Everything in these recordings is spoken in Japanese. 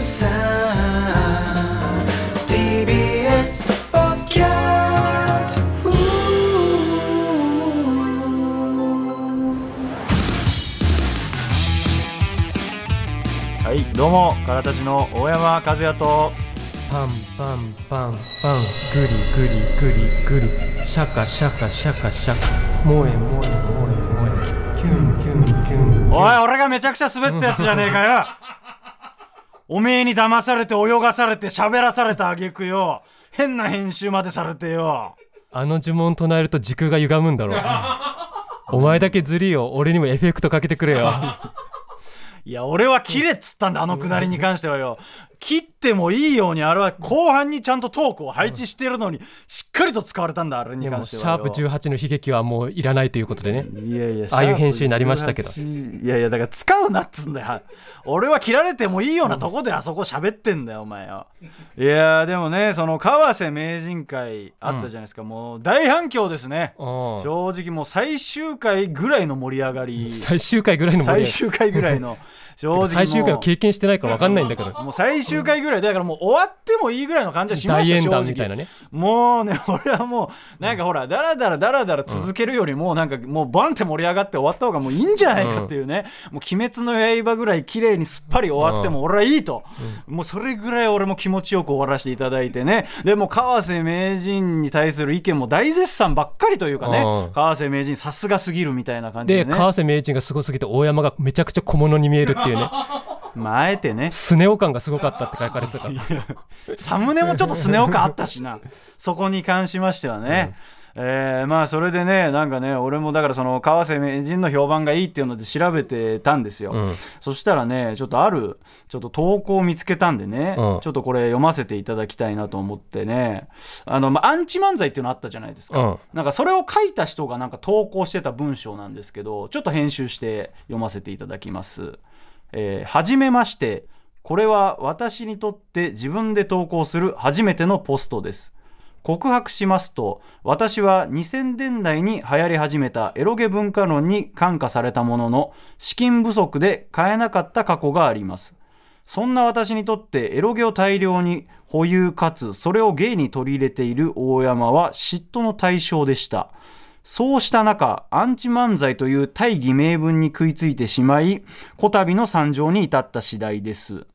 さ TBS ポッキャストはいどうもからたちの大山和也とパンパンパンパングリグリグリグリシャカシャカシャカシャカ萌え萌え萌え萌えキュンキュンキュンおい俺がめちゃくちゃ滑ったやつじゃねえかよおめえに騙されて泳がされて喋らされた挙句よ変な編集までされてよあの呪文唱えると時空が歪むんだろうお前だけズリを俺にもエフェクトかけてくれよいや俺は切れっつったんだあのくだりに関してはよ切ってもいいようにあれは後半にちゃんとトークを配置してるのにしっかりと使われたんだあれにでも関してシはャーよプ18の悲劇はもういらないということでねいやいやああいう編集になりましたけどシャープ18いやいやだから使うなっつうんだよ 俺は切られてもいいようなとこであそこ喋ってんだよお前よいやーでもねその川瀬名人会あったじゃないですか、もう大反響ですねうん正直もう最終回ぐらいの盛り上がり最終回ぐらいの盛最り上がり終回ぐらい の正直もう最終回を経験してないから分かんないんだけどもう最終回ぐらいだからもう終わってもいいぐらいの感じはしま大した演正談直みたいなねもうね俺はもうなんかほらだらだらだらだら続けるよりもなんかもうバンって盛り上がって終わった方がもういいんじゃないかっていうねもう「鬼滅の刃」ぐらい綺麗にすっぱり終わっても俺はいいともうそれぐらい俺も気持ちよく終わらせていただいてねでもう川瀬名人に対する意見も大絶賛ばっかりというかうねん川瀬名人さすがすぎるみたいな感じででね川瀬名人がすごすぎて大山がめちゃくちゃ小物に見えるっていうねまああえてねスネ夫感がすごかったって書かれてたサムネもちょっとスネ夫感あったしなそこに関しましてはね、えーまあそれでねなんかね俺もだからその川瀬名人の評判がいいっていうので調べてたんですよ、んそしたらねちょっとあるちょっと投稿を見つけたんでね、うんちょっとこれ読ませていただきたいなと思ってねあの、まあ、アンチ漫才っていうのあったじゃないですか、うんなんかそれを書いた人がなんか投稿してた文章なんですけどちょっと編集して読ませていただきます。えーはじめましてこれは私にとって自分で投稿する初めてのポストです告白しますと私は2000年代に流行り始めたエロゲ文化論に感化されたものの資金不足で買えなかった過去がありますそんな私にとってエロゲを大量に保有かつそれを芸に取り入れている大山は嫉妬の対象でしたそうした中、アンチ漫才という大義名分に食いついてしまい、こたびの惨状に至った次第です。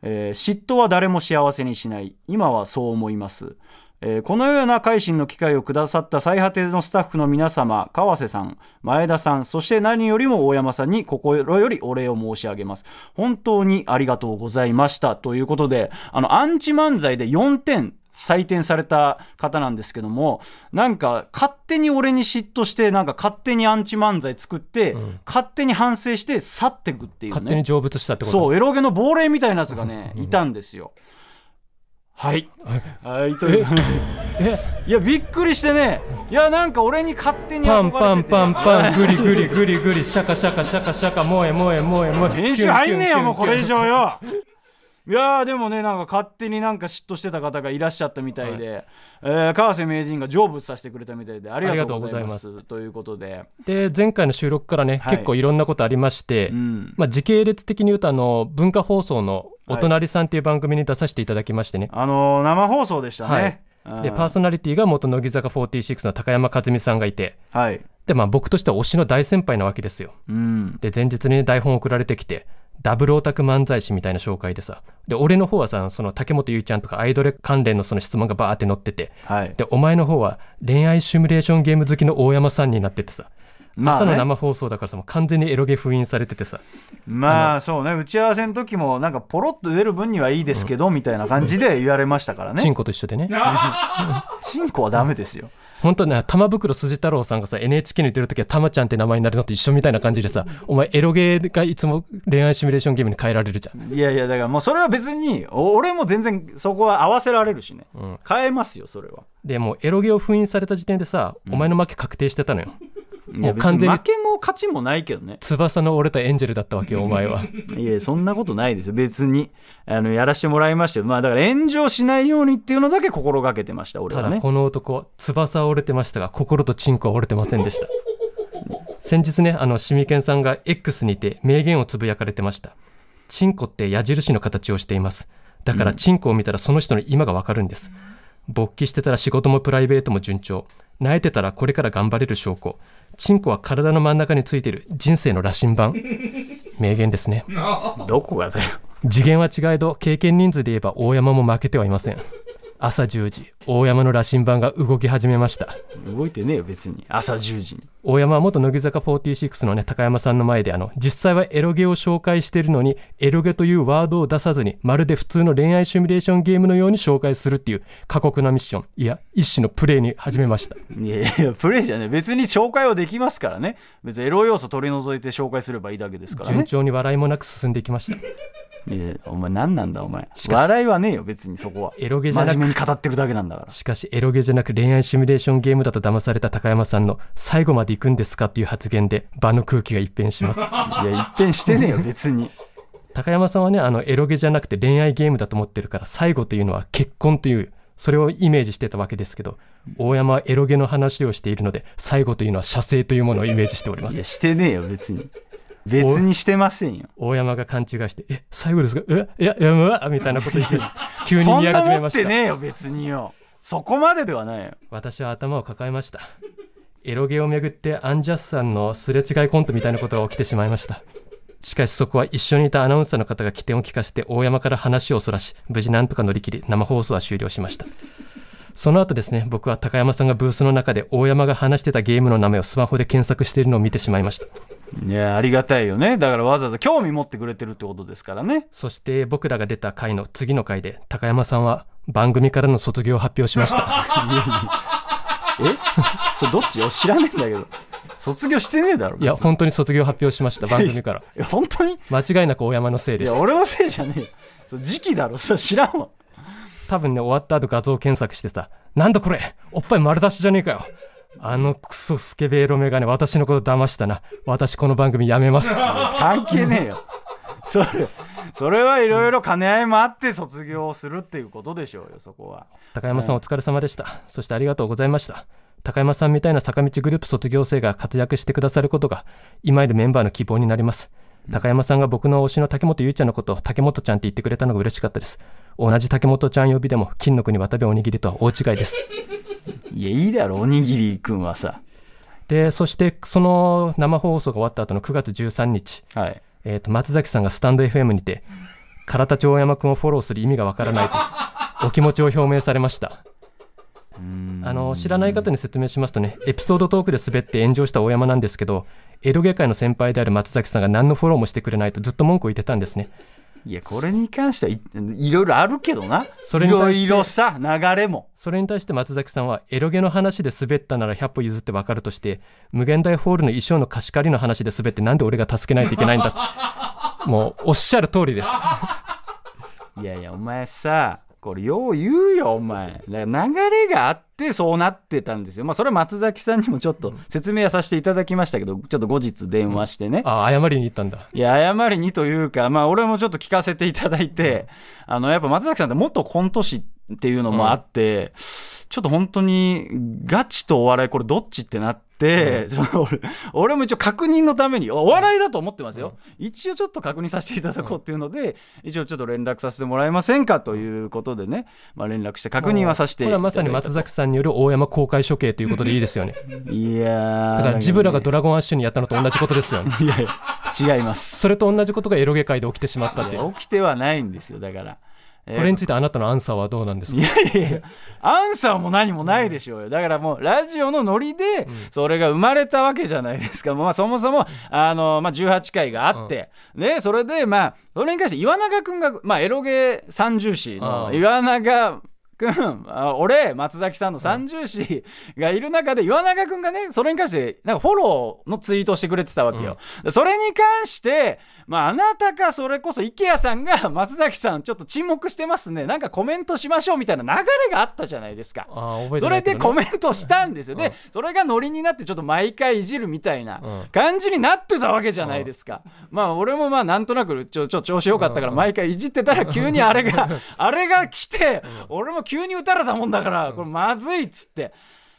えー嫉妬は誰も幸せにしない。今はそう思います。えーこのような改心の機会をくださった最果てのスタッフの皆様、川瀬さん、前田さん、そして何よりも大山さんに心よりお礼を申し上げます。本当にありがとうございました。ということで、あの、アンチ漫才で4点採点された方なんですけどもなんか勝手に俺に嫉妬してなんか勝手にアンチ漫才作って、勝手に反省して去ってくっていうね勝手に成仏したってことそうエロゲの亡霊みたいなやつがねいたんですよはいはいという いやびっくりしてねいやなんか俺に勝手にパ憧れてンてパンパンパングリグリグリグリシャカシャカシャカシャカ萌え萌え萌え萌え練習入んねえよもうこれ以上上よいやーでもねなんか勝手になんか嫉妬してた方がいらっしゃったみたいで、えー川瀬名人が成仏させてくれたみたいでありがとうございますあということで、で前回の収録からね、はい結構いろんなことありまして、うん、まあ、時系列的に言うとあの文化放送の「お隣さん」っていう番組に出させていただきましてね、あのー生放送でしたね、うんでパーソナリティが元乃木坂46の高山和美さんがいてはいで、まあ、僕としては推しの大先輩なわけですようんで前日にね台本送られてきてダブルオタク漫才師みたいな紹介でさで俺の方はさその竹本結衣ちゃんとかアイドル関連のその質問がバーって載っててはいでお前の方は恋愛シミュレーションゲーム好きの大山さんになっててさまあね朝の生放送だからさもう完全にエロゲ封印されててさまあそうね打ち合わせの時もなんかポロッと出る分にはいいですけど、みたいな感じで言われましたからチねンコと一緒でねチンコはダメですよ本当ね玉袋筋太郎さんがさ NHK に出るときは玉ちゃんって名前になるのと一緒みたいな感じでさお前エロゲーがいつも恋愛シミュレーションゲームに変えられるじゃんいやいやだからもうそれは別にお俺も全然そこは合わせられるしね、変えますよそれはでもうエロゲを封印された時点でさお前の負け確定してたのよ、いやもう完全に別負けも勝ちもないけどね翼の折れたエンジェルだったわけよお前はいやそんなことないですよ別にあのやらしてもらいましたよまあだから炎上しないようにっていうのだけ心がけてました俺たはだねこの男翼は折れてましたが心とチンコは折れてませんでした先日ねあのシミケンさんが X にて名言をつぶやかれてましたチンコって矢印の形をしています。だからチンコを見たらその人の今がわかるんです。勃起してたら仕事もプライベートも順調。泣いてたらこれから頑張れる証拠。チンコは体の真ん中についてる人生の羅針盤。名言ですね。どこがだよ次元は違えど経験人数で言えば大山も負けてはいません朝10時大山の羅針盤が動き始めました動いてねえよ別に朝10時に大山は元乃木坂46のね高山さんの前であの実際はエロゲを紹介しているのにエロゲというワードを出さずにまるで普通の恋愛シミュレーションゲームのように紹介するっていう過酷なミッションいや一種のプレイに始めましたいやいやプレイじゃねえ別に紹介はできますからね別にエロ要素取り除いて紹介すればいいだけですから順ね調に笑いもなく進んでいきましたいやお前何なんだお前笑いはねえよ別にそこはエロゲじゃなく真面目に語ってるだけなんだからしかしエロゲじゃなく恋愛シミュレーションゲームだと騙された高山さんの最後まで行くんですかっていう発言で場の空気が一変しますいや一変してねえよ別に高山さんはねあのエロゲじゃなくて恋愛ゲームだと思ってるから最後というのは結婚というそれをイメージしてたわけですけど大山はエロゲの話をしているので最後というのは射精というものをイメージしておりまい すやしてねえよ別に別にしてませんよ大山が勘違いして「え最後ですかえいやいやうわ」みたいなこと言って急にそ見ん上な始め持まっしたてねえよ別によそこまでではないよ私は頭を抱えましたエロゲをめぐってアンジャスさんのすれ違いコントみたいなことが起きてしまいましたしかしそこは一緒にいたアナウンサーの方が起点を聞かせて大山から話をそらし無事なんとか乗り切り生放送は終了しましたその後ですね僕は高山さんがブースの中で大山が話してたゲームの名前をスマホで検索しているのを見てしまいましたいやありがたいよねだからわざわざ興味持ってくれてるってことですからねそして僕らが出た回の次の回で高山さんは番組からの卒業を発表しましたえそれどっちよ知らねえんだけど卒業してねえだろいや別に本当に卒業を発表しました番 組からえ本当に間違いなく大山のせいいですや俺のせいじゃねえよそれ時期だろそれ知らんわ多分ね終わった後画像検索してさ「なんだこれおっぱい丸出しじゃねえかよ」あのクソスケベエロメガネ私のこと騙したな私この番組やめます関係ねえよそれそれはいろいろ兼ね合いもあって卒業をするっていうことでしょうよそこは高山さんお疲れ様でしたそしてありがとうございました高山さんみたいな坂道グループ卒業生が活躍してくださることが今いるメンバーの希望になります高山さんが僕の推しの竹本ゆいちゃんのことを竹本ちゃんって言ってくれたのが嬉しかったです同じ竹本ちゃん呼びでも金の国渡部おにぎりとは大違いですいやいいだろおにぎりくんはさでそしてその生放送が終わった後の9月13日はいえー、と松崎さんがスタンド FM にて唐田町山くんをフォローする意味がわからないとお気持ちを表明されましたあの知らない方に説明しますとねエピソードトークで滑って炎上した大山なんですけどエロゲ界の先輩である松崎さんが何のフォローもしてくれないとずっと文句を言ってたんですねいやこれに関してはいいろいろあるけどなそいれにろ対していろさ流れもそれに対して松崎さんはエロゲの話で滑ったなら100歩譲ってわかるとして無限大ホールの衣装の貸し借りの話で滑ってなんで俺が助けないといけないんだもうおっしゃる通りですいやいやお前さこれよう言うよお前だから流れがあってそうなってたんですよまあそれは松崎さんにもちょっと説明はさせていただきましたけどちょっと後日電話してねあ謝りに行ったんだいや謝りにというかまあ俺もちょっと聞かせていただいてあのやっぱ松崎さんって元コント師っていうのもあって、ちょっと本当にガチとお笑いこれどっちってなって、ちょっと俺俺も一応確認のためにおお笑いだと思ってますよ、一応ちょっと確認させていただこうっていうので、一応ちょっと連絡させてもらえませんかということでね、まあ、連絡して確認はさせていこたれだいたはまさに松崎さんによる大山公開処刑ということでいいですよねいやーだからジブラがどドラゴンアッシュにやったのと同じことですよねいやいや違いますそれと同じことがエロゲ界で起きてしまったっていうこ起きてはないんですよだから、えーれについてあなたのアンサーはどうなんですいかやいやいやアンサーも何もないでしょうよだからもうラジオのノリでそれが生まれたわけじゃないですか、まあ、そもそもあの、まあ、18回があって、ね、それでまあそれに関して岩永君が、まあ、エロゲー三重士のうん岩永君あ俺松崎さんの三重士がいる中で岩永君がねそれに関してなんかフォローのツイートをしてくれてたわけよ、でそれに関して、まあ、あなたかそれこそ IKEA さんが松崎さんちょっと沈黙してますねなんかコメントしましょうみたいな流れがあったじゃないですか。あー覚えてそなれいけでどねコメントしたんですよ。で、それがノリになってちょっと毎回いじるみたいなうん感じになってたわけじゃないですか。まあ俺もまあなんとなくちょちょ調子良かったから毎回いじってたら急にあれがあれが来て、俺も急に打たれたもんだからこれまずいっつって。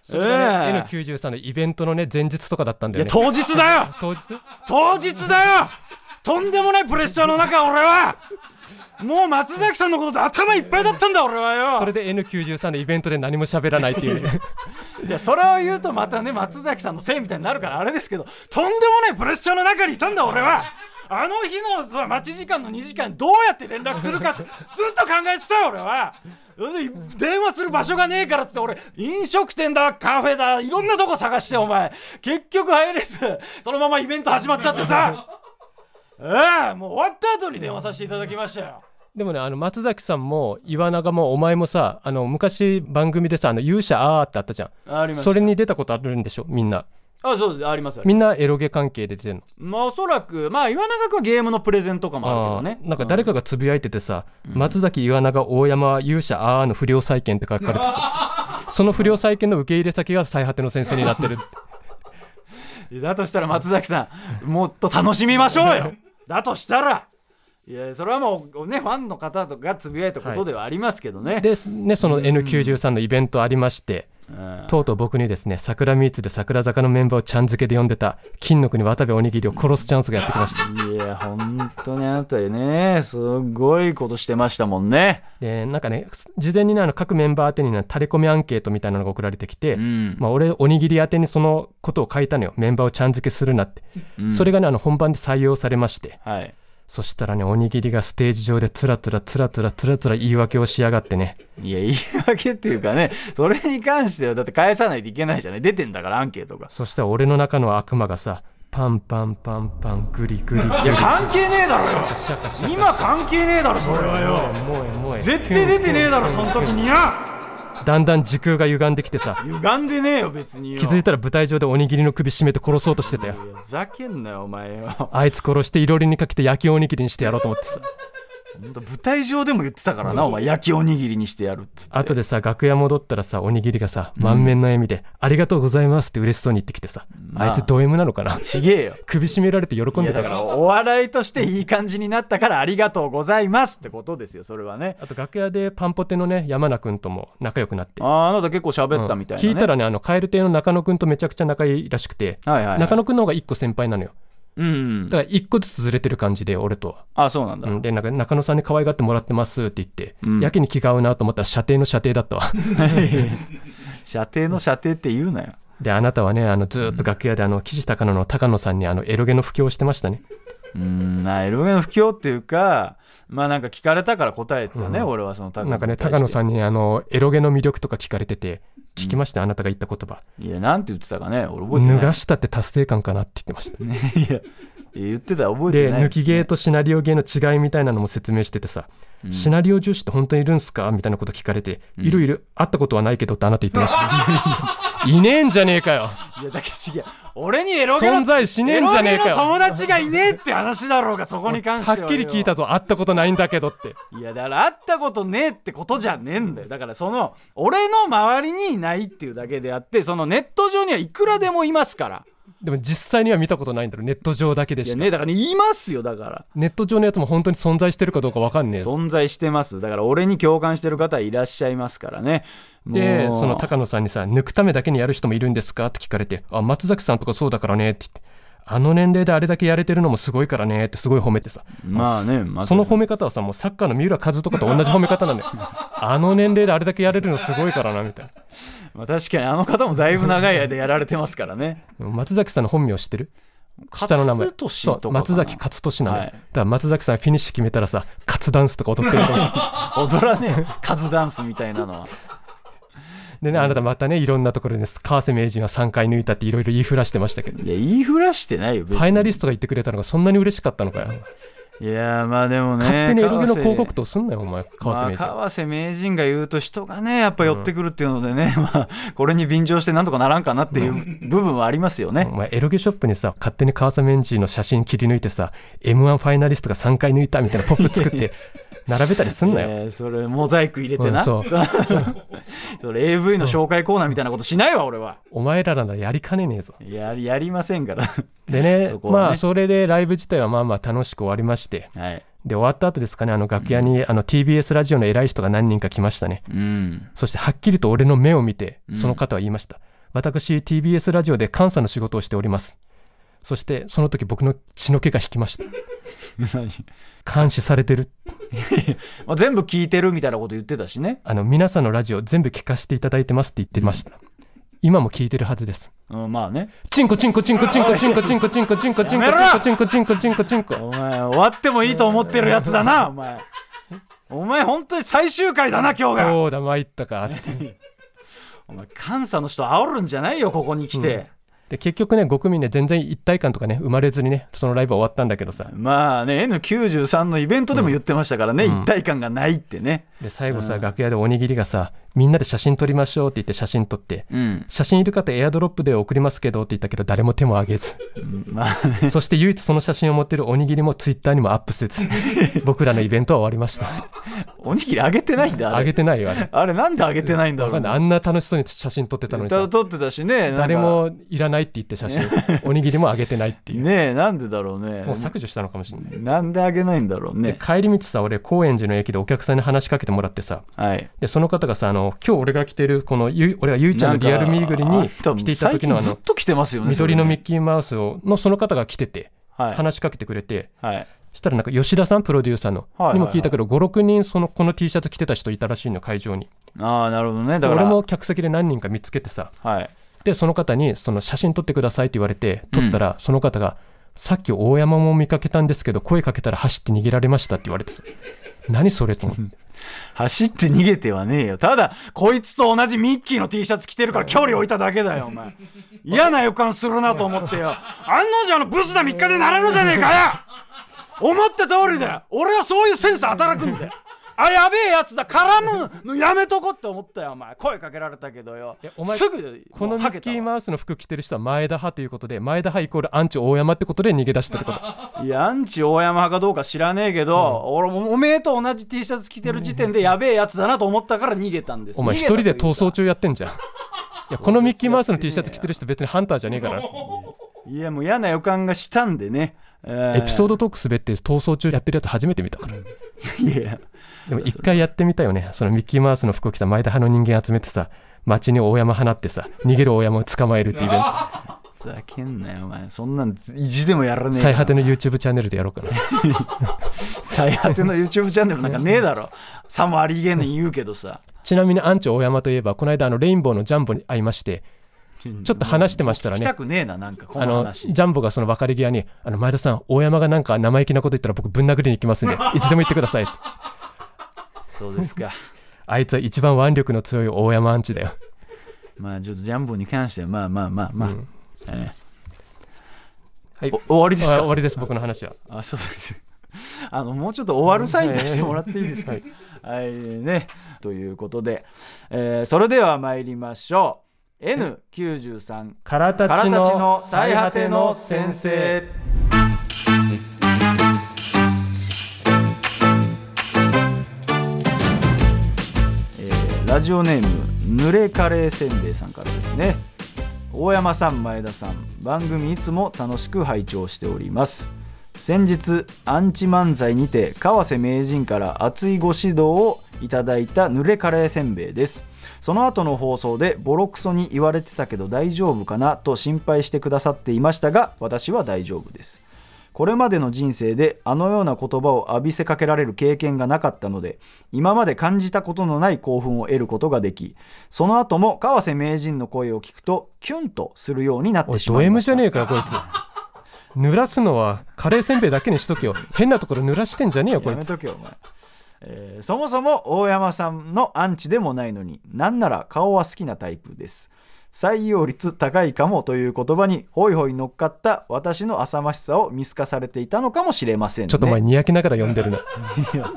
それがねええ N93 のイベントのね前日とかだったんだいやよね当日だよ当日当日だよとんでもないプレッシャーの中俺はもう松崎さんのことで頭いっぱいだったんだ俺はよそれで N93 でイベントで何も喋らないって いうねいやそれを言うとまたね松崎さんのせいみたいになるからあれですけどとんでもないプレッシャーの中にいたんだ俺はあの日のさ待ち時間の2時間どうやって連絡するかってずっと考えてたよ俺はそれで電話する場所がねえからっつって俺飲食店だカフェだいろんなとこ探してお前結局入れずそのままイベント始まっちゃってさええもう終わった後に電話させていただきましたよでもねあの松崎さんも岩永もお前もさあの昔番組でさあの勇者あーってあったじゃありんますそれに出たことあるんでしょみんなあそうですありますよみんなエロゲ関係で出てんのまあおそらくまあ岩永君はゲームのプレゼントとかもあるけどねなんか誰かがつぶやいててさ、松崎岩永大山勇者あーの不良債権って書かれてた その不良債権の受け入れ先が最果ての先生になってるだとしたら松崎さんもっと楽しみましょうよだとしたらいやそれはもうねファンの方とかがつぶやいたことではありますけどね、でねその N93 のイベントありまして、うんとうとう僕にですね桜ミーツで桜坂のメンバーをちゃん付けで呼んでた金の国渡部おにぎりを殺すチャンスがやってきましたいや本当にあなたねすごいことしてましたもんねでなんかねす事前にねあの各メンバー宛てにねタレコミアンケートみたいなのが送られてきて、んまあ、俺おにぎり宛てにそのことを書いたのよメンバーをちゃん付けするなって、それがねあの本番で採用されましてはいそしたらねおにぎりがステージ上でつらつらつらつらつらつら言い訳をしやがってねいや言い訳っていうかねそれに関してはだって返さないといけないじゃない出てんだからアンケートがそしたら俺の中の悪魔がさパンパンパンパングリグリグリいや関係ねえだろよシャカシャカ今関係ねえだろそれはよもうえもうえ絶対出てねえだろその時にやだんだん時空が歪んできてさ歪んでねえよ別によ気づいたら舞台上でおにぎりの首絞めて殺そうとしてたよいやふざけんなよお前よほあいつ殺していろりにかけて焼きおにぎりにしてやろうと思ってさんと舞台上でも言ってたからなお前焼きおにぎりにしてやるっつって後でさ楽屋戻ったらさおにぎりがさ満面の笑みで「ありがとうございます」って嬉しそうに言ってきてさまああいつド M なのかなちげえよ首絞められて喜いんやでだたかからら お笑いとしていい感じになったからありがとうございますってことですよそれはねあと楽屋でパンポテのね山名くんとも仲良くなってあああなた結構う喋んったみたいな、ね聞いたらねあのカエル亭の中野くんとめちゃくちゃ仲いいらしくてはいはいはい、中野くんの方が1個先輩なのようんだから1個ずつずれてる感じで俺とはあそうなんだ、うん、でなんか中野さんに可愛がってもらってますって言って、んやけに気が合うなと思ったら射程の射程 だったわ 射程の射程って言うなよであなたはねあのずーっと楽屋であの岸高野の高野さんにあのエロゲの布教をしてましたねうんまあエロゲの不況っていうかまあなんか聞かれたから答えてたね、俺はその高なんかね高野んさんにあのエロゲの魅力とか聞かれてて聞きました、あなたが言った言葉いやなんて言ってたかね俺覚えてない脱がしたって達成感かなって言ってました、ね いや言ってた覚えてでない抜きゲーとシナリオゲーの違いみたいなのも説明しててさ、シナリオ重視って本当にいるんすかみたいなこと聞かれて、いるいる会ったことはないけどってあなた言ってまし たいねえんじゃねえかよいやだけど違う俺にエロゲの存在しねえんじゃねエえかよロゲの友達がいねえって話だろうがそこに関してははっきり聞いたぞ会ったことないんだけどっていやだから会ったことねえってことじゃねえんだよだからその俺の周りにいないっていうだけであってそのネット上にはいくらでもいますからでも実際には見たことないんだろネット上だけでいしやか、ねだから、ね、いますよだからネット上のやつも本当に存在してるかどうかわかんねえ存在してますだから俺に共感してる方いらっしゃいますからねでもうその高野さんにさ抜くためだけにやる人もいるんですかって聞かれてあ松崎さんとかそうだからねって言ってあの年齢であれだけやれてるのもすごいからねってすごい褒めてさまあねまあその褒め方はさもうサッカーの三浦和とかと同じ褒め方な んだよあの年齢であれだけやれるのすごいからなみたいまあ確かにあの方もだいぶ長い間やられてますからねな松崎さんの本名知ってる下の名前勝利そとかかうな松崎勝利なのよ、はいだから松崎さんフィニッシュ決めたらさカツダンスとか踊ってるかもしれない 踊らねえよカズダンスみたいなのはでね、あなたまたね、いろんなところで、川瀬名人は3回抜いたっていろいろ言いふらして ましたけど、いや言いふらしてないよ別フにァイナリストが言ってくれたのがそんなに嬉しかったのかよ。いやーまあでもね勝手にエロゲ川の瀬広告とすんなよ、お前、川瀬まあ名人。川瀬名人が言うと人がねやっぱ寄ってくるっていうのでね、ま あこれに便乗してなんとかならんかなっていう部分はありますよね、お前、エロゲショップにさ、勝手に川瀬名人の写真切り抜いてさ、M1 ファイナリストが3回抜いたみたいなポップ作 って、並べたりすんなよ。えーそれモザイク入れてな、うんそう それ AV の紹介コーナーみたいなことしないわ俺はお前らならやりかねねえぞ。やりやりませんから でね、そこはねまあ、それでライブ自体はまあまあ楽しく終わりまして、はいで、終わった後ですかね、あの、楽屋に、あの、TBS ラジオの偉い人が何人か来ましたね。うん そしてはっきりと俺の目を見て、その方は言いました。私、TBS ラジオで監査の仕事をしております。そしてその時僕の血の毛が引きました何監視されてるまあ全部聞いてるみたいなこと言ってたしね、あの皆さんのラジオ全部聞かせていただいてますって言ってました、今も聞いてるはずですうん、まあねチンコチンコチンコチンコチンコチンコチンコチンコチンコチンコチンコチンコチンコチンコお前終わってもいいと思ってるやつだなお前お前本当に最終回だな今日がそうだ参ったかってお前監査の人煽るんじゃないよここに来て、で結局ね5組ね全然一体感とかね生まれずにねそのライブは終わったんだけどさまあね N93 のイベントでも言ってましたからね、一体感がないってねで最後さ楽屋でおにぎりがさみんなで写真撮りましょうって言って写真撮ってうん写真いる方エアドロップで送りますけどって言ったけど誰も手も挙げずまあねそして唯一その写真を持ってるおにぎりもツイッターにもアップせず僕らのイベントは終わりましたおにぎりあげてないんだああれげてないよあれあれなんであげてないんだわろかうんないあんな楽しそうに写真撮ってたのに歌さを撮ってたしねなんか誰もいらないって言って写真おにぎりもあげてないってい うねえなんでだろうねもう削除したのかもしれないなんであげないんだろうでね帰り道さ俺高円寺の駅でお客さんに話しかけてもらってさはいでその方がさあの今日俺が着てるこのゆ俺がゆいちゃんのリアルミーグルに着ていなんかあんたもた時のあ最近ずっのと着てますよね緑のミッキキーマウスをのその方が着ててはい話しかけてくれてはいそしたらなんか吉田さんプロデューサーのはいはいはいにも聞いたけど56人そのこの T シャツ着てた人いたらしいの会場にああなるほどねでだから俺も客席で何人か見つけてさはいでその方にその写真撮ってくださいって言われて撮ったらその方が、さっき大山も見かけたんですけど声かけたら走って逃げられましたって言われてさ何それと思って走って逃げてはねえよただこいつと同じミッキーの T シャツ着てるから距離置いただけだよお前嫌な予感するなと思ってよ案の定のブスだ3日でならぬじゃねえかよ思った通りだよ俺はそういうセンス働くんだよあやべえやつだ絡むのやめとこって思ったよお前声かけられたけどよやお前すぐこのミはけたッキわーマウスの服着てる人は前田派ということで前田派イコールアンチ大山ってことで逃げ出したってこといやアンチ大山派かどうか知らねえけど、俺もおめえと同じ T シャツ着てる時点でやべえやつだなと思ったから逃げたんですお前一人で逃走中やってんじゃんいやこのミッキーマウスの T シャツ着てる人別にハンターじゃねえからいやもう嫌な予感がしたんでね、エピソードドトーク滑って逃走中やってるやつ初めて見たからいやでも一回やってみたよねそのミッキーマウスの服を着た前田派の人間集めてさ街に大山放ってさ逃げる大山を捕まえるっていうイベントふざけんなよお前そんなん意地でもやらねえ最果てのの YouTube チャンネルでやろう かな最果ての YouTube チャンネルなんかねえだろさもありげねえ言うけどさちなみにアンチ大山といえばこの間あのレインボーのジャンボに会いましてちょっちょっと話してましたら聞きねたくねえななんかこあのの話ジャンボがその別れ際に「あの前田さん大山がなんか生意気なこと言ったら僕ぶん殴りに行 きますんでいつでも言ってください」そうですかあいつは一番腕力の強い大山アンチだよまあちょっとジャンボに関してはまあまあまあまあ、えはいえお終わりですあか終わりです僕の話はあ、そうです。 あのもうちょっと終わるサイン出してもらっていいですか。はい、ね。ということで、えーそれでは参りましょう。N93 「空たからたちちのの最最果果ててのの先先生生」。えーラジオネーム濡れカレーせんべいさんからですね大山さん前田さん番組いつも楽しく拝聴しております先日アンチ漫才にて川瀬名人から熱いご指導をいただいた濡れカレーせんべいですその後の放送でボロクソに言われてたけど大丈夫かなと心配してくださっていましたが私は大丈夫ですこれまでの人生であのような言葉を浴びせかけられる経験がなかったので今まで感じたことのない興奮を得ることができその後も川瀬名人の声を聞くとキュンとするようになっおていしドまい M ましじたゃねえかよこいつ濡らすのはカレーせんべいだけにしとけよ変なところ濡らしてんじゃねえよこやいめつとけよお前、えーそもそも大山さんのアンチでもないのになんなら顔は好きなタイプです採用率高いかもという言葉にホイホイ乗っかった私の浅ましさを見透かされていたのかもしれませんねちょっとお前にやけながら呼ん でるな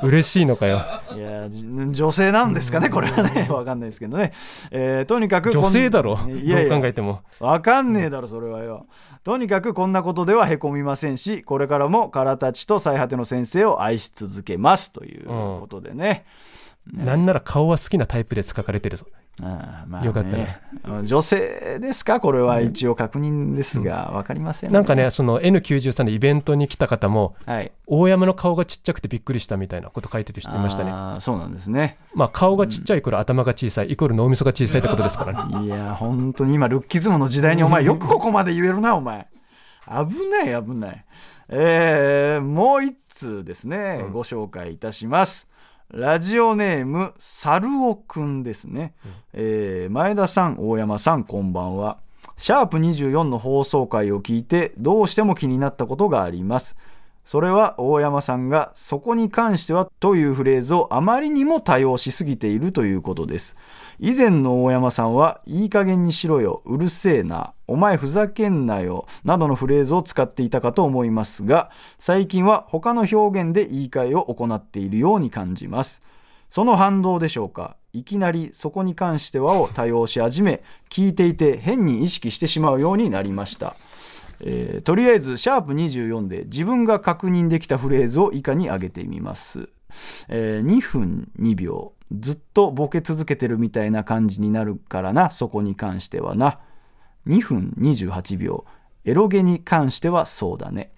嬉しいのかよいやじ女性なんですかねこれはね わかんないですけどね、えーとにかくこん女性だろどういやいや考えてもわかんねえだろそれはよとにかくこんなことではへこみませんしこれからもカラタチと最果ての先生を愛し続けますということでね、なんなら顔は好きなタイプで書かれてるぞああまよかったねうん女性ですかこれは一応確認ですが、わかりません、なんかねその N93 のイベントに来た方もはい大山の顔がちっちゃくてびっくりしたみたいなこと書いてる人いましたねああそうなんですねまあ顔がちっちゃいイコール頭が小さいイコール脳みそが小さいってことですからねいや本当に今ルッキズムの時代にお前よくここまで言えるなお前危ない危ない、えーもう一通ですね、ご紹介いたしますラジオネームサルオくんですね、えー前田さん大山さんこんばんはシャープ24の放送回を聞いてどうしても気になったことがありますそれは大山さんが「そこに関しては」というフレーズをあまりにも多用しすぎているということです以前の大山さんはいい加減にしろようるせえなお前ふざけんなよなどのフレーズを使っていたかと思いますが最近は他の表現で言い換えを行っているように感じますその反動でしょうかいきなりそこに関してはを多用し始め聞いていて変に意識してしまうようになりましたえーとりあえず、シャープ24で自分が確認できたフレーズを以下に上げてみます。え2分2秒。ずっとボケ続けてるみたいな感じになるからな、そこに関してはな。2分28秒。エロゲに関してはそうだね。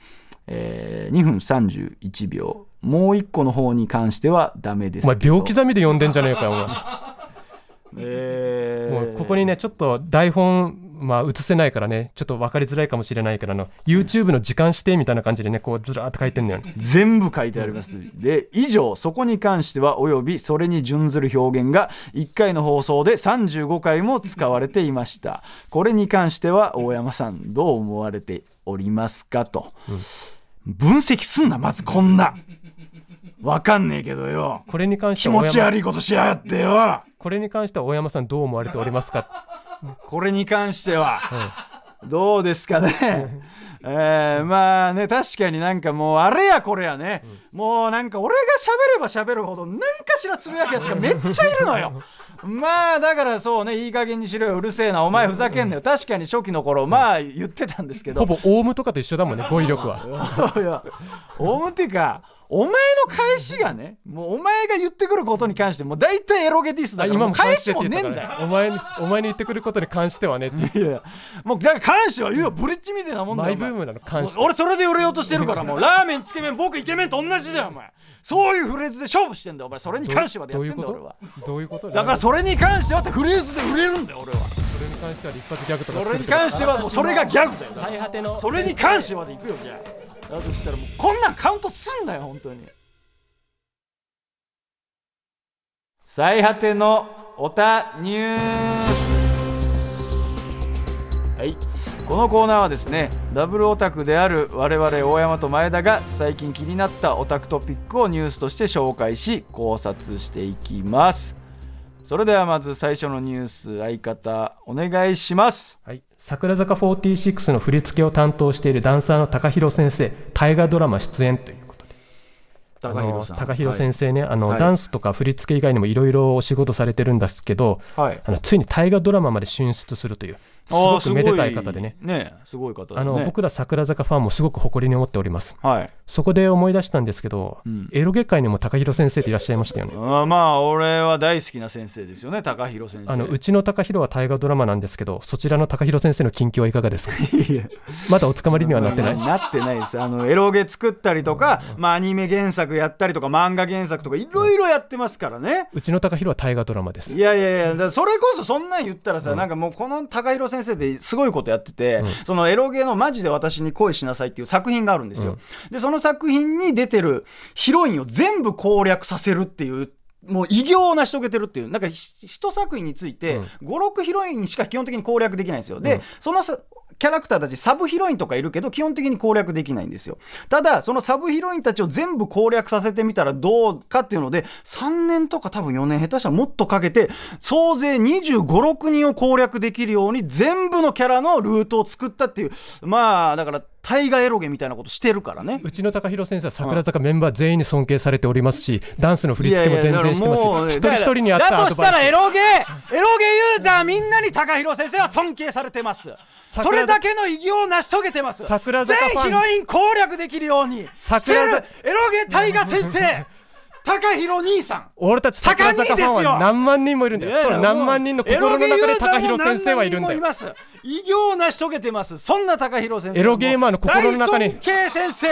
え2分31秒。もう一個の方に関してはダメですおけ前ど。秒刻みで呼んでんじゃねえかよお え前ーもうここにねちょっと台本まあ映せないからねちょっと分かりづらいかもしれないからあの YouTube の時間指定みたいな感じでねこうずらーっと書いてんのよ全部書いてあります。で、以上、そこに関しては、およびそれに準ずる表現が、1回の放送で35回も使われていました。これに関しては、大山さん、どう思われておりますかと。分析すんな、まずこんな。わかんねえけどよ。これに関し気ては持大ち山悪いことしやがってよ。これに関しては大山さんどう思われておりますかこれに関しては、どうですかね、えーまあね確かになんかもうあれやこれやね、もうなんか俺が喋れば喋るほど何かしらつぶやくやつがめっちゃいるのよまあだからそうねいい加減にしろようるせえなお前ふざけんなよ確かに初期の頃まあ言ってたんですけどほぼオウムとかと一緒だもんね語彙力は いやオウムっていうかお前の返しがねもうお前が言ってくることに関してもう大体エロゲディスだあから今ももう返関ししてっもてね言えんっただかよらお前にお前に言ってくることに関しては ねっていやいやもうだから関しては言うよブリッジみたいなもんだマよイおブ前ームなの関して俺それで売れようとしてるからもうラーメンつけ麺僕イケメンと同じだよお前そういうフレーズで勝負してんだよお前それに関してはでやどっういてうんだこよ俺はとどういうことだからそそれに関してはってフレーズで売れるんだよ俺はれに関しては一発ギャグとかそ作れるに関してはもうそれがギャグだよだか最果てらのそれに関してはでいくよじゃあだとしたらもうこんなんカウントすんなよ本当に最果てのおたニュースはい、このコーナーはですねダブルオタクである我々大山と前田が最近気になったオタクトピックをニュースとして紹介し考察していきますそれではまず最初のニュース相方お願いしますはい、桜坂46の振り付けを担当しているダンサーの高弘先生大河ドラマ出演ということで高あの高弘先生ね、あのはいダンスとか振り付け以外にもいろいろお仕事されてるんですけど、はいあのついに大河ドラマまで進出するというすごくめでたい方でねねすごい方でねあの僕ら桜坂ファンもすごく誇りに思っておりますはいそこで思い出したんですけど、んエロゲ界にも高弘先生っていらっしゃいましたよねあまあ俺は大好きな先生ですよね高弘先生あのうちの高弘は大河ドラマなんですけどそちらの高弘先生の近況はいかがですか いやまだお捕まりにはなってないなってないですあのエロゲ作ったりとか、まあ、アニメ原作やったりとか漫画原作とかいろいろやってますからねうちの高弘は大河ドラマですいやいやいやだからそれこそそんなん言ったらさ、なんかもうこの高弘先生ってすごいことやってて、そのエロゲの「マジで私に恋しなさい」っていう作品があるんですよ、でその作品に出てるヒロインを全部攻略させるっていうもう偉業を成し遂げてるっていうなんかひ一作品について56ヒロインしか基本的に攻略できないんですよで、そのさキャラクターたちサブヒロインとかいるけど基本的に攻略できないんですよただそのサブヒロインたちを全部攻略させてみたらどうかっていうので3年とか多分4年下手したらもっとかけて総勢2 5 6人を攻略できるように全部のキャラのルートを作ったっていうまあだから大河エロゲみたいなことしてるからねうちの高弘先生は桜坂メンバー全員に尊敬されておりますし、ダンスの振り付けも伝然してますしいやいやだからもう、一人一人に合っだたアだとドしたらバイエロゲーエロゲーユーザーみんなに高弘先生は尊敬されてますそれ桜坂だけの偉業を成し遂げてます全桜坂ファンヒロイン攻略できるようにしてるエ桜ロ坂ゲー大河先 生高弘兄さん俺たち桜坂ファン高木ですよは何万人もいるんだよ。その何万人の心の中で高弘先生はいるんだエロゲーユーザーも何万人もいよ。ます偉業を成し遂げてますそんな高弘先生もエロゲーマーの心の中に大尊敬先生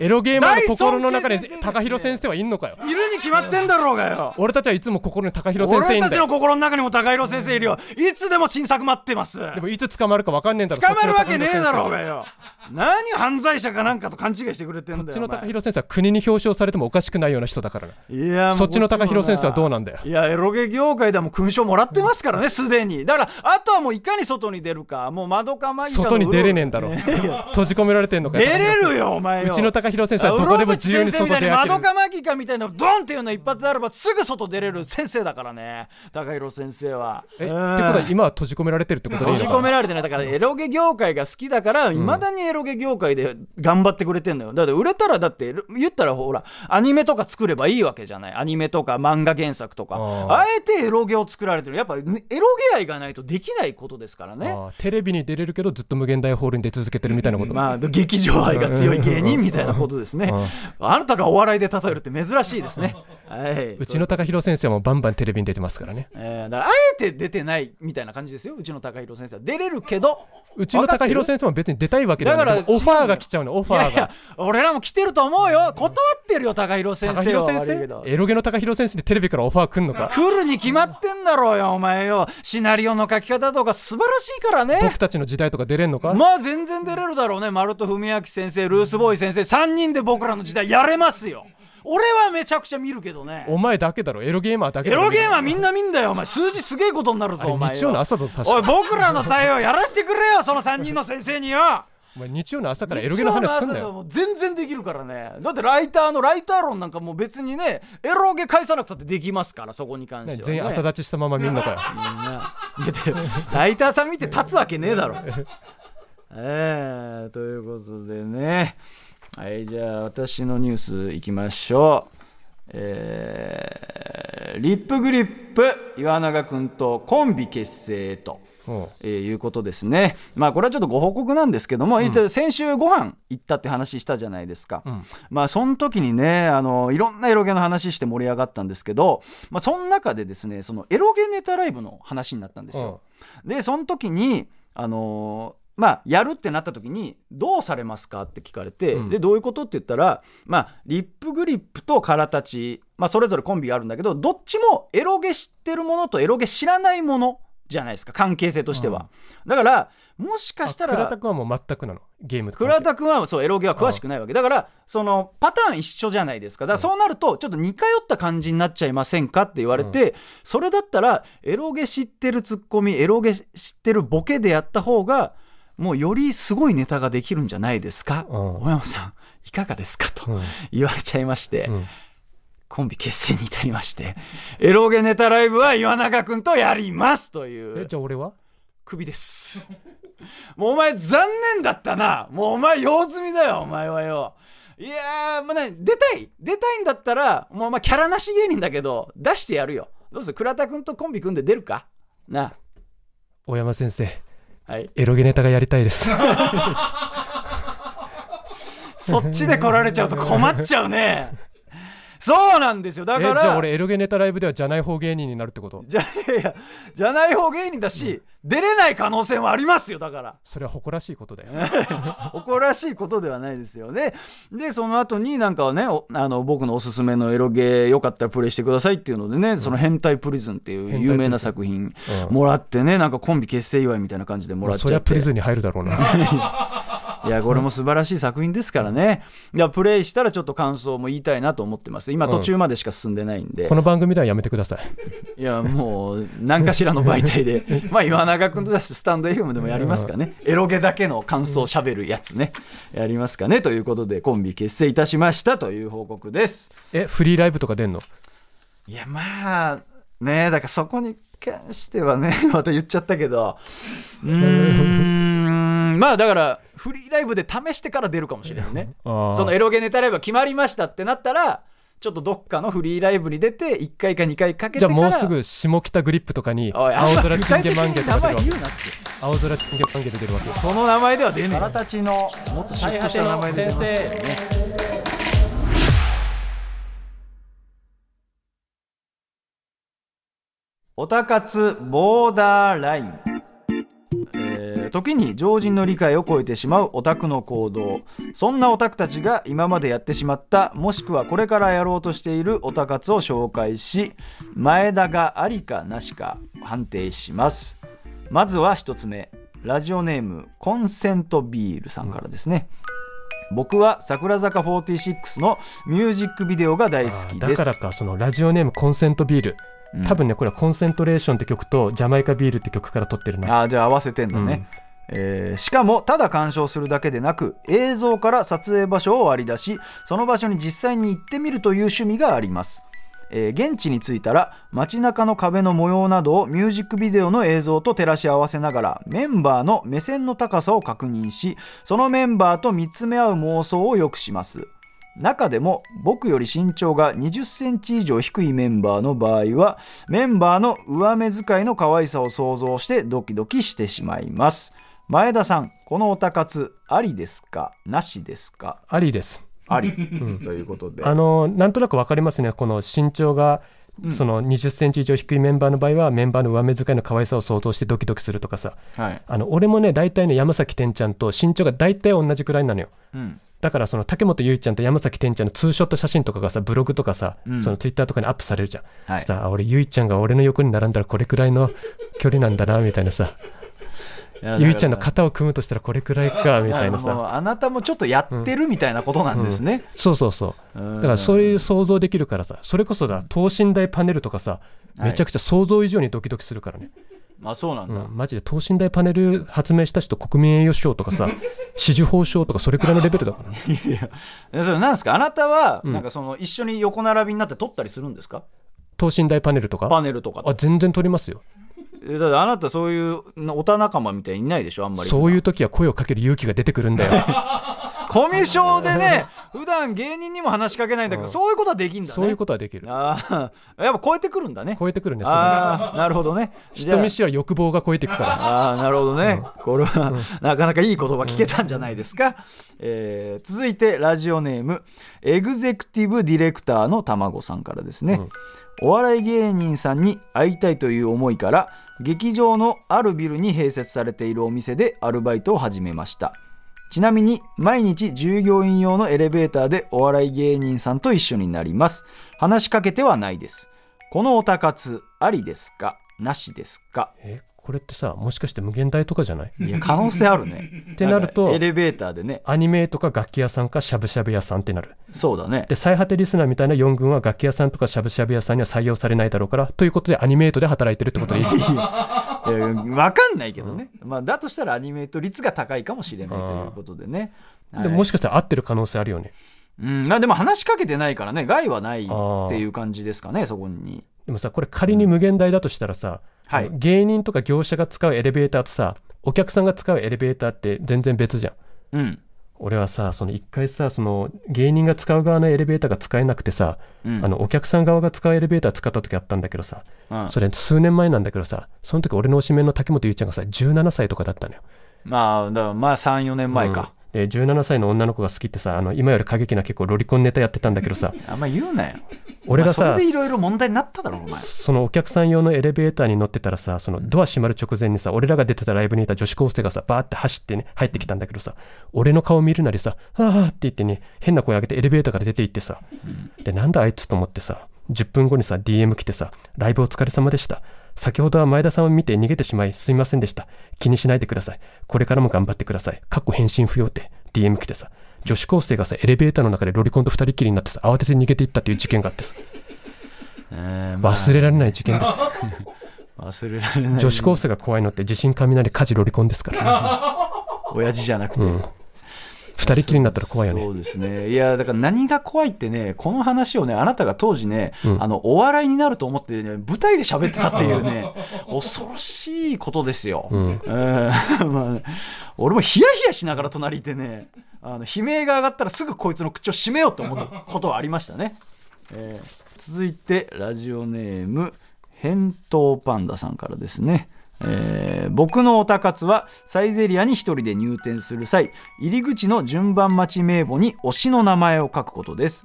エロゲーマーの心の中大尊敬先生ですにね高弘先生はいんのかよ。いるに決決まってんだろうがよ俺たちはいつも心に高弘先生い俺んただちよの心の中にも高弘先生いるよいつでも新作待ってますでもいつ捕まるか分かんねえんだろ捕まるわけねえだろううがよ何犯罪者かなんかと勘違いしてくれてんこっだちよのお前高弘先生は国に表彰されてもおかしくないような人だからないやもうそっちの高弘先生はどうなんだよいやエロゲ業界ではもう勲章もらってますからねすでにだからあとはもういかに外に出るかもう窓かマギかの外に出れねえんだろね閉じ込められてんのかよ出れるよお前ようちの高弘先生はどこでも自由に外みたい出に歩ける窓かマギかみたいなドンっていうの一発あればすぐ外出れる先生だからね高弘先生はえってうことんは今は閉じ込められてるってことでいい閉のじか込められてないだからエロゲ業界が好きだからいまだにエロゲ業界で頑張ってくれてんのよだって売れたらだってエロ言ったらほらアニメとか作ればいいわけじゃないアニメとか漫画原作とかあーあえてエロゲを作られてるやっぱねエロゲ愛がないとできないことですからねああテレビに出れるけどずっと無限大ホールに出続けてるみたいなこと、まあ劇場愛が強い芸人みたいなことですねあなたがお笑いで例えるって珍しいです ねはいうちの高弘先生もバンバンテレビに出てますからねえーだからあえて出てないみたいな感じですようちの高弘先生は出れるけどうちの高わかってる弘先生も別に出たいわけではないだからオファーが来ちゃうのオフいァーやがいや俺らも来てると思うよ断ってるよ高弘先高生は弘先悪いけ生どエロゲの高弘先生でテレビからオファー来んのか来るに決まってんだろうよお前よシナリオの書き方とか素晴らしいからね僕たちの時代とか出れんのか、まあ全然出れるだろうね丸戸文明先生ルースボーイ先生3人で僕らの時代やれますよ俺はめちゃくちゃ見るけどねお前だけだろエロゲーマーだけエだろロゲームはみんな見んだよお前数字すげえことになるぞお前あよれ日曜の朝だと確おいか僕らの対応やらせてくれよその3人の先生によお前日曜の朝からエロゲの話すんだよもう全然できるからねだってライターのライター論なんかもう別にねエロゲ返さなくたってできますからそこに関しては、ねね、全員朝立ちしたまま見んのかよみんな見てライターさん見て立つわけねえだろえー、ということでねはいじゃあ私のニュースいきましょうえーリップグリップ岩永君とコンビ結成とうんえーいうことですね。まあこれはちょっとご報告なんですけども、先週ご飯行ったって話したじゃないですか。まあその時にね、あのいろんなエロゲの話して盛り上がったんですけど、まあその中でですね、そのエロゲネタライブの話になったんですよ。でその時にあのーまあ、やるってなった時にどうされますかって聞かれて、うんでどういうことって言ったら、まあ、リップグリップとカラタチ、まあ、それぞれコンビがあるんだけどどっちもエロゲ知ってるものとエロゲ知らないものじゃないですか関係性としては、だからもしかしたあ倉ら田君はもう全くなのゲームと関係倉田君はそうエロゲは詳しくないわけだからそのパターン一緒じゃないですかだからそうなるとちょっと似通った感じになっちゃいませんかって言われてそれだったらエロゲ知ってるツッコミエロゲ知ってるボケでやった方がもうよりすごいネタができるんじゃないですかうん小山さんいかがですかうとん言われちゃいましてうんコンビ結成に至りましてエロゲネタライブは岩永君とやりますというえじゃあ俺は首です。もうお前残念だったな。もうお前用済みだよ、お前はよ。いやー、まあね、出たい出たいんだったら、もうまあキャラなし芸人だけど、出してやるよ。どうする倉田くんとコンビ組んで出るかな大山先生あはい。エロゲネタがやりたいですそっちで来られちゃうと困っちゃうね。そうなんですよ。だえから、じゃあ俺エロゲネタライブではじゃない方芸人になるってことじゃいやいやじゃない方芸人だし、出れない可能性もありますよ、だから。それは誇らしいことだよ誇らしいことではないですよね。で、その後になんかね、おあの僕のおすすめのエロゲーよかったらプレイしてくださいっていうのでね、その変態プリズンっていう有名な作品うんもらってね、なんかコンビ結成祝いみたいな感じでもらっちゃって。そりゃプリズンに入るだろうないや、これも素晴らしい作品ですからね。いや、プレイしたらちょっと感想も言いたいなと思ってます。今途中までしか進んでないんで。この番組ではやめてくださいいやもう何かしらの媒体で まあ岩永君とだしスタンド FM でもやりますかねエロゲだけの感想をしゃべるやつねやりますかねということでコンビ結成いたしましたという報告ですえフリーライブとか出んのいやまあねだからそこに関してはね また言っちゃったけどうーんまあだからフリーライブで試してから出るかもしれないねあーそのエロゲネタライブが決まりましたってなったらちょっとどっかのフリーライブに出て1回か2回かけてじゃかあらもうすぐ下北グリップとかにおい青空チンゲマンゲ具体的とか出るに名前わ言うなってけ青空チンゲマンゲで出るわけその名前では出ねえ。たちのもっとシュッとした名前で出ますけどね。おたかつボーダーライン。えーえー時に常人の理解を超えてしまうオタクの行動そんなオタクたちが今までやってしまったもしくはこれからやろうとしているオタ活を紹介し前田がありかなしか判定しますまずは1つ目ラジオネームコンセントビールさんからですね、僕は桜坂46のミュージックビデオが大好きあでだすからかそのラジオネームコンセントビール、うん多分ねこれはコンセントレーションって曲とジャマイカビールって曲から取ってるなあーじゃあ合わせてんのね、えーしかもただ鑑賞するだけでなく映像から撮影場所を割り出しその場所に実際に行ってみるという趣味があります、えー現地に着いたら街中の壁の模様などをミュージックビデオの映像と照らし合わせながらメンバーの目線の高さを確認しそのメンバーと見つめ合う妄想をよくします中でも僕より身長が2 0センチ以上低いメンバーの場合はメンバーの上目遣いの可愛さを想像してドキドキしてしまいます前田さんこのオタ活ありですかなしですかありですあり、ということであのなんとなくわかりますねこの身長がその2 0センチ以上低いメンバーの場合はメンバーの上目遣いの可愛さを想像してドキドキするとかさはい、あの俺もね大体ね山崎天ちゃんと身長が大体同じくらいなのようん、だからその竹本結衣ちゃんと山崎天ちゃんのツーショット写真とかがさブログとかさ、んそのツイッターとかにアップされるじゃん、はいそしたらあ俺結衣ちゃんが俺の横に並んだらこれくらいの距離なんだなみたいなさ 結衣ちゃんの肩を組むとしたらこれくらいかみたいもなうさあなたもちょっとやってるみたいなことなんですね、そうそうそうだからそういう想像できるからさそれこそだ等身大パネルとかはさいめちゃくちゃ想像以上にドキドキするからね、まあそうなんだ、うん、マジで等身大パネル発明した人国民栄誉賞と かさ紫綬褒章とかそれくらいのレベルだからねいやいやそれなんですかあなたは、なんかその一緒に横並びになって撮ったりするんですか等身大パネルとパかネルとかあ全然撮りますよえだってあなたそういうオタ仲間みたいにいないでしょあんまりそういう時は声をかける勇気が出てくるん だよ。コミュ障でね普段芸人にも話しかけないんだけど、そういうことはできんだねそういうことはできる。ああやっぱ超えてくるんだね超えてくるね。そのああなるほどねじゃあ人見知りは欲望が超えてくから。ああなるほどね、これは、なかなかいい言葉聞けたんじゃないですか、えー続いてラジオネームエグゼクティブディレクターの卵さんからですね、お笑い芸人さんに会いたいという思いから劇場のあるビルに併設されているお店でアルバイトを始めましたちなみに毎日従業員用のエレベーターでお笑い芸人さんと一緒になります話しかけてはないですこのおたかつありですかなしですかえ、これってさ、もしかして無限大とかじゃないいや可能性あるね。ってなるとエレベーターでね、アニメとか楽器屋さんかしゃぶしゃぶ屋さんってなる。そうだねで、。最果てリスナーみたいな4軍は楽器屋さんとかしゃぶしゃぶ屋さんには採用されないだろうから、ということでアニメートで働いてるってことでいいですかえーわかんないけどね。まあだとしたらアニメート率が高いかもしれないということでね。はいでももしかしたら合ってる可能性あるよね。うん、なでも話しかけてないからね、害はないっあーていう感じですかね、そこに。でもさ、これ仮に無限大だとしたらさ、はい芸人とか業者が使うエレベーターとさ、お客さんが使うエレベーターって全然別じゃん。うん。俺はさその一回さその芸人が使う側のエレベーターが使えなくてさ、うんあのお客さん側が使うエレベーター使った時あったんだけどさ、うんそれ数年前なんだけどさその時俺の推しメンの竹本結衣ちゃんがさ17歳とかだったのよまあ、だからまあ3、4年前か。、うんで17歳の女の子が好きってさあの今より過激な結構ロリコンネタやってたんだけどさあんま言うなよ。俺がまあさそれでいろいろ問題になっただろ、お前。そのお客さん用のエレベーターに乗ってたらさそのドア閉まる直前にさ俺らが出てたライブにいた女子高生がさバーって走ってね入ってきたんだけどさ俺の顔見るなりさ「ああ」って言ってね変な声上げてエレベーターから出て行ってさでなんだあいつと思ってさ10分後にさ DM 来てさ「ライブお疲れ様でした」先ほどは前田さんを見て逃げてしまいすみませんでした。気にしないでください。これからも頑張ってください。かっこ返信不要って DM 来てさ、女子高生がさ、エレベーターの中でロリコンと二人きりになってさ、慌てて逃げていったっていう事件があってさ、えーまあ忘れられない事件です。忘れられない。女子高生が怖いのって地震雷火事ロリコンですから、親父じゃなくて。うん、二人きりになったら怖いよねそうですね。いや、だから何が怖いってね、この話をね、あなたが当時ね、うんあの、お笑いになると思ってね、舞台で喋ってたっていう ね、恐ろしいことですよ。ううんんまあ、俺もヒヤヒヤしながら隣いてね、あの、悲鳴が上がったらすぐこいつの口を閉めようと思ったことはありましたね。えー続いて、ラジオネーム、返答パンダさんからですね。えー僕のおたかつはサイゼリアに一人で入店する際入り口の順番待ち名簿に推しの名前を書くことです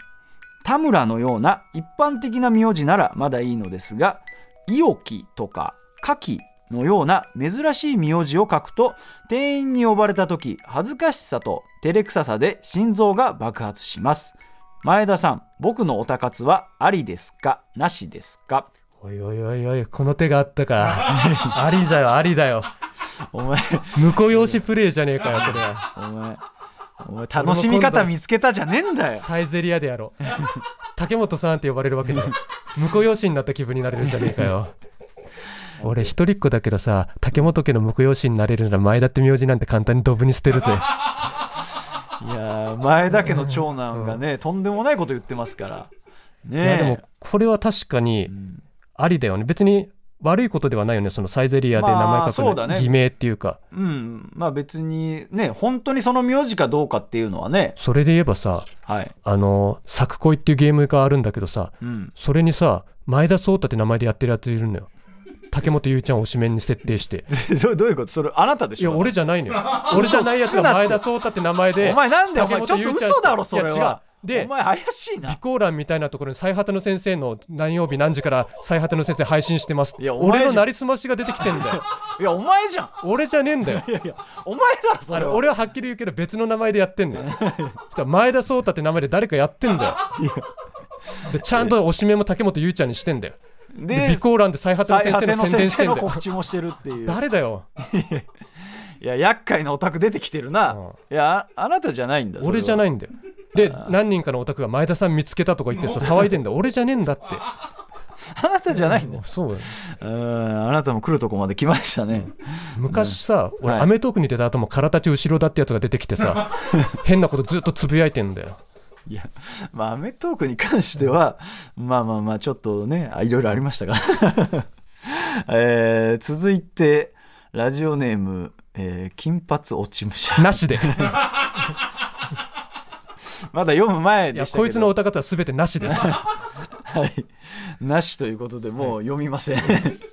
田村のような一般的な名字ならまだいいのですが「いおき」とか「かき」のような珍しい名字を書くと店員に呼ばれた時恥ずかしさと照れくささで心臓が爆発します前田さん僕のオタ活はありですかなしですかおいおいおいおい、この手があった か。ありだよ、ありだよ。お前婿養子プレイじゃねえかよ、これは。お前お前楽しみ方見つけたじゃねえんだよサイゼリアでやろう。竹本さんって呼ばれるわけじゃん。婿養子になった気分になれるじゃねえかよ。俺一人っ子だけどさ、竹本家の婿養子になれるなら前田って名字なんて簡単にドブに捨てるぜ。いやー前田家の長男がね、とんでもないこと言ってますからいやでねもこれは確かにんありだよね別に悪いことではないよねそのサイゼリアで名まあ前書くそうの、だね偽名っていうかえうんまあ別にね本当にその名字かどうかっていうのはねそれで言えばさはい あの「作恋」っていうゲームがあるんだけどさうんそれにさ前田壮太って名前でやってるやついるのよ竹本結衣ちゃんを推しメンに設定して どどういうことそれあなたでいしやょ俺じゃないの よ俺じゃないやつ嘘つくなっがて前田壮太って名前でお前なんでお前ちょ竹っ本と結衣ちゃん嘘だろそれいやは違うでお前怪しいな備考欄みたいなところに最果ての先生の何曜日何時から最果ての先生配信してますいやお前じゃん俺のなりすましが出てきてんだよいやお前じゃん俺じゃねえんだよいやいやお前だろそあれれは俺ははっきり言うけど別の名前でやってん だよそしたら前田壮太って名前で誰かやってんだよでちゃんとおしめも竹本結衣ちゃんにしてんだよでで備考欄で最果ての最果先て生のの宣先伝して生んのだよ告知もしてるっていう誰だよいや厄介なオタク出てきてるな、うんいやああなたじゃないんだ俺じゃないいんだよで何人かのオタクが前田さん見つけたとか言っ てさ騒いでんだよ俺じゃねえんだってあなたじゃないんだそうだようんあなたも来るとこまで来ましたね、昔さ俺はいアメトークに出た後も「空立ち後ろだ」ってやつが出てき てさ変なことずっとつぶやいてんだよいやまあアメトークに関してはまあまあまあちょっとねあいろいろありましたが、 えー続いてラジオネーム、えー金髪落ち武者なし でまだ読む前いでやしたけどこいつのオタ活は全てなしですはい、なしということでもう読みません、えー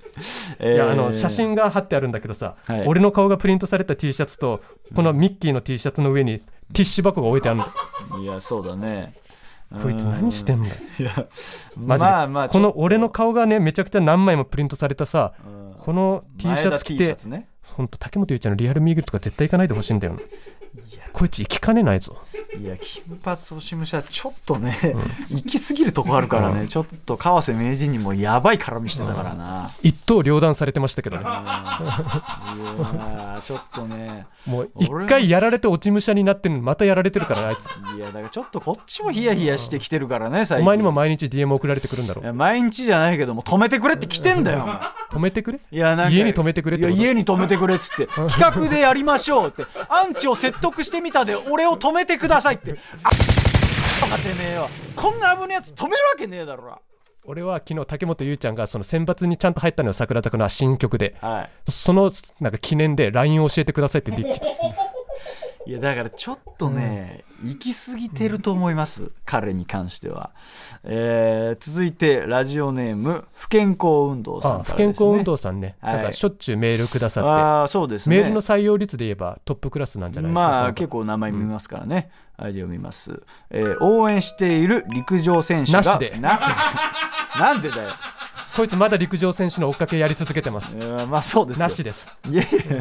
いやあの写真が貼ってあるんだけどさ、はい俺の顔がプリントされた T シャツとこのミッキーの T シャツの上にティッシュ箱が置いてあるのいやそうだねこいつ何してんのいやマジで、まあまあこの俺の顔がねめちゃくちゃ何枚もプリントされたさうんこの T シャツ前田 T シ着てャツねほんと竹本結衣ちゃんのリアルミーグルとか絶対行かないでほしいんだよなこいつ行きかねないぞいや金髪おしむしゃちょっとね、行き過ぎるとこあるからね、ちょっと川瀬名人にもやばい絡みしてたからな、一刀両断されてましたけどねいやーちょっとねもう俺は一回やられて落ち武者になってんのにまたやられてるからねあいついやだからちょっとこっちもヒヤヒヤしてきてるからね最お近前にも毎日 DM 送られてくるんだろいや毎日じゃないけども止めてくれって来てんだよお前止めてくれいやなんか家に泊めてくれっいてやこと家に止めてくれっ つって企画でやりましょうってアンチを説得してみたで俺を止めてくださいってあっかてめえよこんな危ねえやつ止めるわけねえだろ俺は昨日竹本結衣ちゃんがその選抜にちゃんと入ったのよ桜坂の新曲ではそのなんか記念で LINE を教えてくださいってリッキ ーいいやだからちょっとね、行き過ぎてると思います、彼に関しては、えー続いてラジオネーム不健康運動さあんか不ら健です、康ね、運動さんね、はいなんかしょっちゅうメールくださああそうでって、すねメールの採用率で言えばトップクラスなんじゃないですか、まあ結構名前見ますからね、あれで読みます、えー応援している陸上選手がなしでな なんでだよこいつまだ陸上選手の追っかけやり続けてますえーまあそうですよなしです いやいや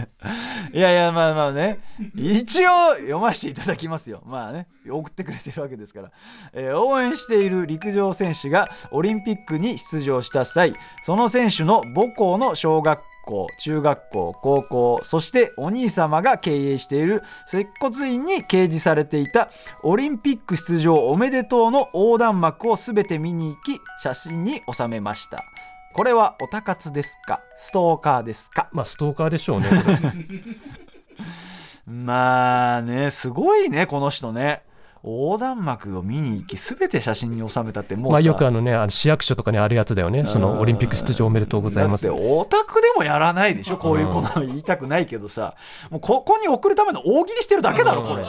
いやいやまあまあね一応読ませていただきますよまあね送ってくれてるわけですから、えー応援している陸上選手がオリンピックに出場した際その選手の母校の小学校中学校高校そしてお兄様が経営している接骨院に掲示されていたオリンピック出場おめでとうの横断幕を全て見に行き写真に収めましたこれはオタ活ですかストーカーですかまあストーカーで しょうねこれまあねすごいねこの人ね横断幕を見に行き全て写真に収めたってもうさ、まあよくあのねあの市役所とかにあるやつだよねそのオリンピック出場おめでとうございますだってオタクでもやらないでしょこういうこと言いたくないけどさもうここに送るための大喜利してるだけだろこれうん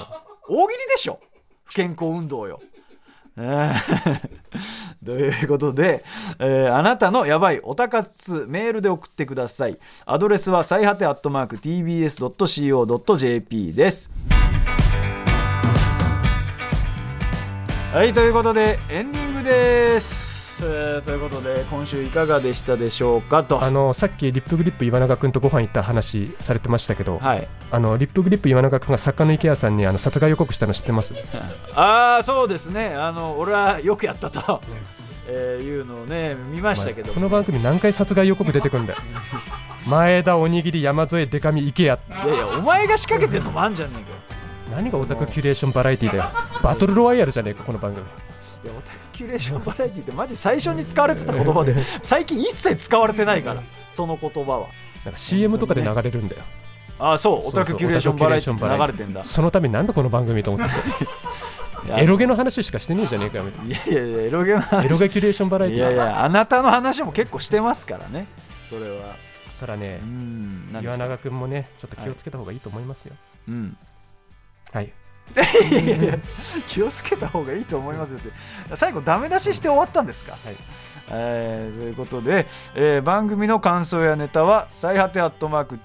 大喜利でしょ不健康運動よ。えー ということで、えーあなたのやばいおたかつメールで送ってくださいアドレスは最果てアットマーク TBS.CO.JP ですはいということでエンディングですますということで今週いかがでしたでしょうかとあのさっきリップグリップ岩永君とご飯行った話されてましたけど、はいあのリップグリップ岩永君が作家の池谷さんにあの殺害予告したの知ってますああそうですねあの俺はよくやったと、えーいうのをね見ましたけど、この番組何回殺害予告出てくる んだよ前田おにぎり山添デカミ池い谷やいやお前が仕掛けてんのもあんじゃねえかよ何がオタクキュレーションバラエティだよバトルロワイヤルじゃねえかこの番組いやオタクキュレーションバラエティってマジ最初に使われてた言葉 で最近一切使われてないからその言葉はなんか CM とかで流れるんだよああそうオタクキュレーションバラエティって流れてんだそのためになんだこの番組と思ってさ いやエロゲの話しかしてねえじゃねえかよみたいいやいや いやエロゲのな話エロゲキュレーションバラエティいやいやあなたの話も結構してますからねそれはただねうん何で岩すか永君もねちょっと気をつけた方がいいと思いますようんはいいやいや気をつけた方がいいと思いますよって最後ダメ出しして終わったんですか、はいえーということで、えー番組の感想やネタは最果てアットマーク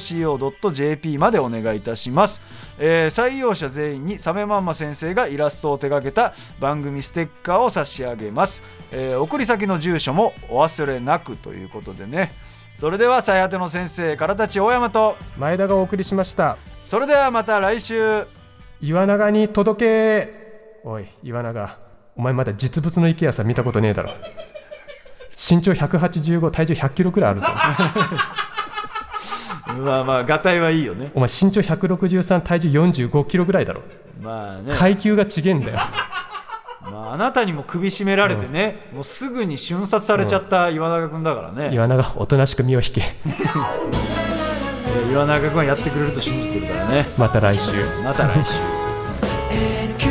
TBS.CO.JP までお願いいたします、えー採用者全員にサメマンマ先生がイラストを手掛けた番組ステッカーを差し上げます、えー送り先の住所もお忘れなくということでねそれでは最果ての先生からたち大山と前田がお送りしましたそれではまた来週岩永に届けおい岩永お前まだ実物の池谷さん見たことねえだろ身長185体重100キロくらいあるぞまあまあ、がたいはいいよね。お前身長163体重45キロぐらいだろまあね、階級がちげえんだよまあ、あなたにも首絞められてね、もうすぐに瞬殺されちゃった岩永君だからね。岩永おとなしく身を引けえー岩永君はやってくれると信じてるからね。また来週また来週。 NQ